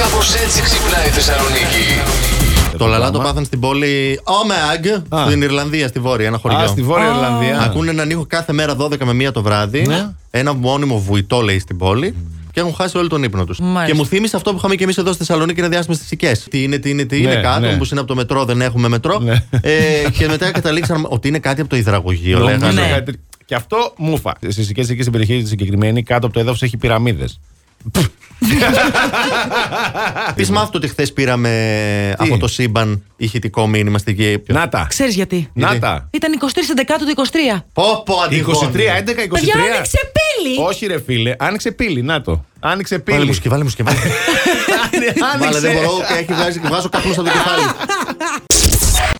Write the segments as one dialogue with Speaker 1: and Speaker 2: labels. Speaker 1: Κάπως έτσι ξυπνάει η Θεσσαλονίκη.
Speaker 2: Το λαλά το πάθαν στην πόλη Ομαγ,
Speaker 3: Α.
Speaker 2: στην Ιρλανδία, στη Βόρεια, ένα χωριό.
Speaker 3: Α, στη Βόρεια
Speaker 4: Α.
Speaker 3: Ιρλανδία.
Speaker 2: Ακούνε έναν ήχο κάθε μέρα 12 με 1 το βράδυ.
Speaker 3: Ναι. Mm.
Speaker 2: Ένα μόνιμο βουητό, λέει, στην πόλη. Και έχουν χάσει όλο τον ύπνο τους. Και
Speaker 4: Μάλιστα.
Speaker 2: μου θύμισε αυτό που είχαμε και εμείς εδώ στη Θεσσαλονίκη ένα διάστημα στι οικές. Τι είναι, τι είναι, τι είναι,
Speaker 3: Ναι,
Speaker 2: κάτω.
Speaker 3: ναι.
Speaker 2: Όπω είναι από το μετρό, δεν έχουμε μετρό.
Speaker 3: Ναι.
Speaker 2: Ε, και μετά καταλήξαμε ότι είναι κάτι από το υδραγωγείο,
Speaker 3: Νομίζω
Speaker 2: λέγανε.
Speaker 4: ναι.
Speaker 3: κάτι- Και αυτό μουφα. Στις οικές εκεί στην περιοχή τη συγκεκριμένη, κάτω από το έδαφος έχει πυραμίδες.
Speaker 2: Τη μάθω ότι χθες πήραμε
Speaker 3: Τι?
Speaker 2: από το σύμπαν ηχητικό μήνυμα στην ΚΕΠ.
Speaker 3: Να τα.
Speaker 4: Ξέρεις γιατί.
Speaker 3: Να τα.
Speaker 4: Ήταν 23 Δεκάτου του 23.
Speaker 2: Πω, πω, Αντιγόνη.
Speaker 3: 23, 11, 23.
Speaker 4: Παιδιά, άνοιξε πύλη.
Speaker 3: Όχι, ρε φίλε, άνοιξε πύλη. Να το. Άνοιξε πύλη.
Speaker 2: Βάλε μου σκευά, βάλε μου σκευά.
Speaker 3: Άνοιξε.
Speaker 2: Βάλε, δεν μπορώ, και έχει βγάζει, βγάζω καπνό από το κεφάλι.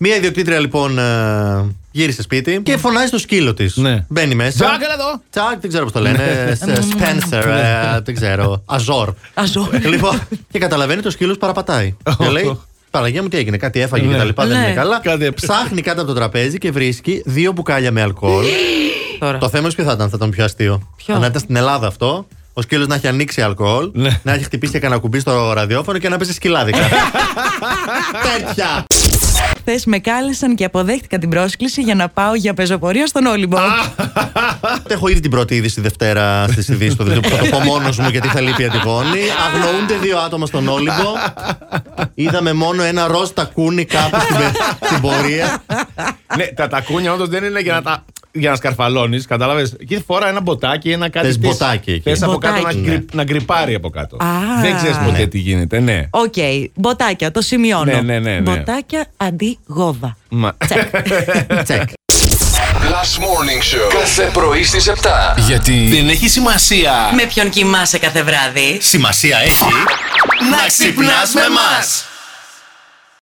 Speaker 2: Μία ιδιοκτήτρια λοιπόν ε, γύρισε σπίτι και φωνάζει το σκύλο της.
Speaker 3: Ναι.
Speaker 2: Μπαίνει μέσα.
Speaker 3: Τζακ, έλα εδώ. Ναι.
Speaker 2: Τσακ, δεν ξέρω πώς το λένε. Ε, Σπένσερ, ε, δεν ξέρω. Αζόρ.
Speaker 4: Αζόρ.
Speaker 2: Λοιπόν, και καταλαβαίνει το σκύλος παραπατάει. Και λέει, Παραγία μου, τι έγινε, κάτι έφαγε
Speaker 3: Ναι.
Speaker 2: και τα λοιπά, δεν
Speaker 4: Ναι.
Speaker 2: είναι καλά.
Speaker 3: Κάτι-
Speaker 2: Ψάχνει κάτω από το τραπέζι και βρίσκει δύο μπουκάλια με αλκοόλ.
Speaker 4: Τώρα.
Speaker 2: Το θέμα σου ποιο θα ήταν, θα ήταν πιο αστείο.
Speaker 4: Ποιο?
Speaker 2: Αν ήταν στην Ελλάδα αυτό, ο σκύλος να έχει ανοίξει αλκοόλ,
Speaker 3: Ναι.
Speaker 2: να έχει χτυπήσει και κανένα κουμπί στο ραδιόφωνο και να πέσει σκυλάδικα. Τέτοια!
Speaker 4: Χθες με κάλεσαν και αποδέχτηκα την πρόσκληση για να πάω για πεζοπορία στον Όλυμπο.
Speaker 2: Έχω ήδη την πρώτη είδηση Δευτέρα στις ειδήσεις του Δελτίου. που Θα το πω μόνος μου γιατί θα λείπει η Αντιγόνη. Αγνοούνται δύο άτομα στον Όλυμπο. Είδαμε μόνο ένα ροζ τακούνι κάπου στην, πε- στην πορεία.
Speaker 3: ναι, τα τακούνια όντως δεν είναι για να τα. Για να σκαρφαλώνεις, κατάλαβες. Εκεί φορά ένα μποτάκι, ένα κάτι.
Speaker 2: Θες μποτάκι εκεί.
Speaker 3: Θες από κάτω να,
Speaker 4: Μποτάκι.
Speaker 3: γκρι, να γκριπάρει από κάτω.
Speaker 4: Α.
Speaker 3: δεν ξέρεις ποτέ τι γίνεται, ναι.
Speaker 4: Οκ, μποτάκια, το σημειώνω.
Speaker 3: Ναι, ναι, ναι, ναι.
Speaker 4: Μποτάκια αντί γόβα.
Speaker 3: Μα-
Speaker 4: Τσεκ.
Speaker 2: Τσεκ.
Speaker 1: Last Morning Show. Κάθε πρωί στις 7.
Speaker 5: Γιατί δεν έχει σημασία.
Speaker 4: με ποιον κοιμάσαι κάθε βράδυ.
Speaker 2: Σημασία έχει
Speaker 5: Να ξυπνάς με μας.